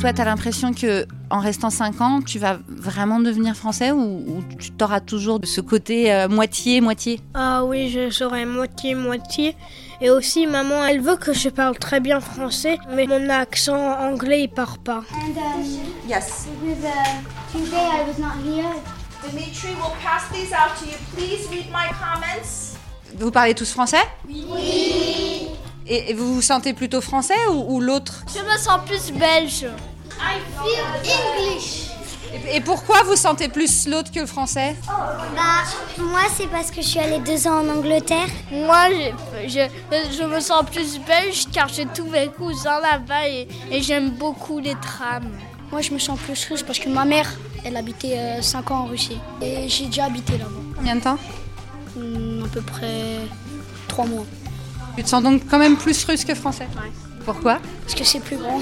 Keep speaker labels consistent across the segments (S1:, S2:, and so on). S1: Toi, tu as l'impression que en restant 5 ans, tu vas vraiment devenir français ou, ou tu t'auras toujours ce côté moitié-moitié
S2: euh, Ah oui, je serai moitié-moitié. Et aussi, maman, elle veut que je parle très bien français, mais mon accent anglais, il part pas.
S3: And uh,
S4: yes.
S3: Because uh, Tuesday I was not here.
S4: Dimitri will pass these out to you. Please read my comments.
S1: Vous parlez tous français
S3: Oui. oui.
S1: Et, et, vous vous sentez plutôt français ou, ou l'autre
S5: Je me sens plus belge.
S3: I feel English.
S1: Et, et pourquoi vous sentez plus l'autre que le français
S3: Bah, moi c'est parce que je suis allée deux ans en Angleterre.
S5: Moi, je, je, je me sens plus belge car j'ai tous mes cousins là-bas et, et j'aime beaucoup les trams.
S6: Moi, je me sens plus russe parce que ma mère, elle habitait euh, 5 ans en Russie. Et j'ai déjà habité là-bas.
S1: Combien de temps
S6: hum, À peu près 3 mois.
S1: Tu te sens donc quand même plus russe que français
S6: ouais.
S1: Pourquoi
S6: Parce que c'est plus grand.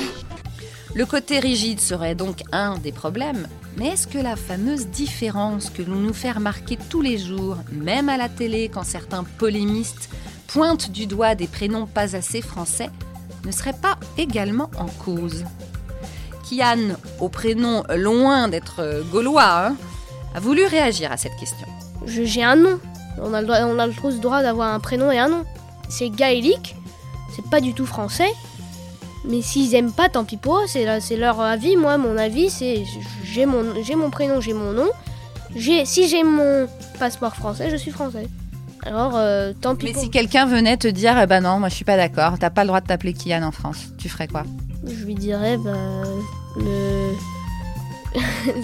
S1: Le côté rigide serait donc un des problèmes. Mais est-ce que la fameuse différence que l'on nous fait remarquer tous les jours, même à la télé quand certains polémistes pointent du doigt des prénoms pas assez français, ne serait pas également en cause Kian, au prénom loin d'être gaulois, hein, a voulu réagir à cette question.
S7: J'ai un nom. On a, le droit, on a tous le droit d'avoir un prénom et un nom. C'est gaélique, c'est pas du tout français. Mais s'ils aiment pas, tant pis pour eux, c'est leur avis. Moi, mon avis, c'est j'ai mon, mon prénom, j'ai mon nom. Si j'ai mon passeport français, je suis français. Alors, euh, tant pis.
S1: Mais
S7: pour
S1: si quelqu'un venait te dire, eh ben non, moi je suis pas d'accord, t'as pas le droit de t'appeler Kian en France, tu ferais quoi
S7: je lui dirais bah le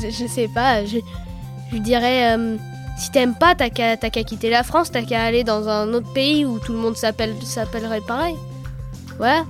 S7: je sais pas je, je lui dirais euh, si t'aimes pas t'as qu'à qu quitter la France t'as qu'à aller dans un autre pays où tout le monde s'appelle s'appellerait pareil voilà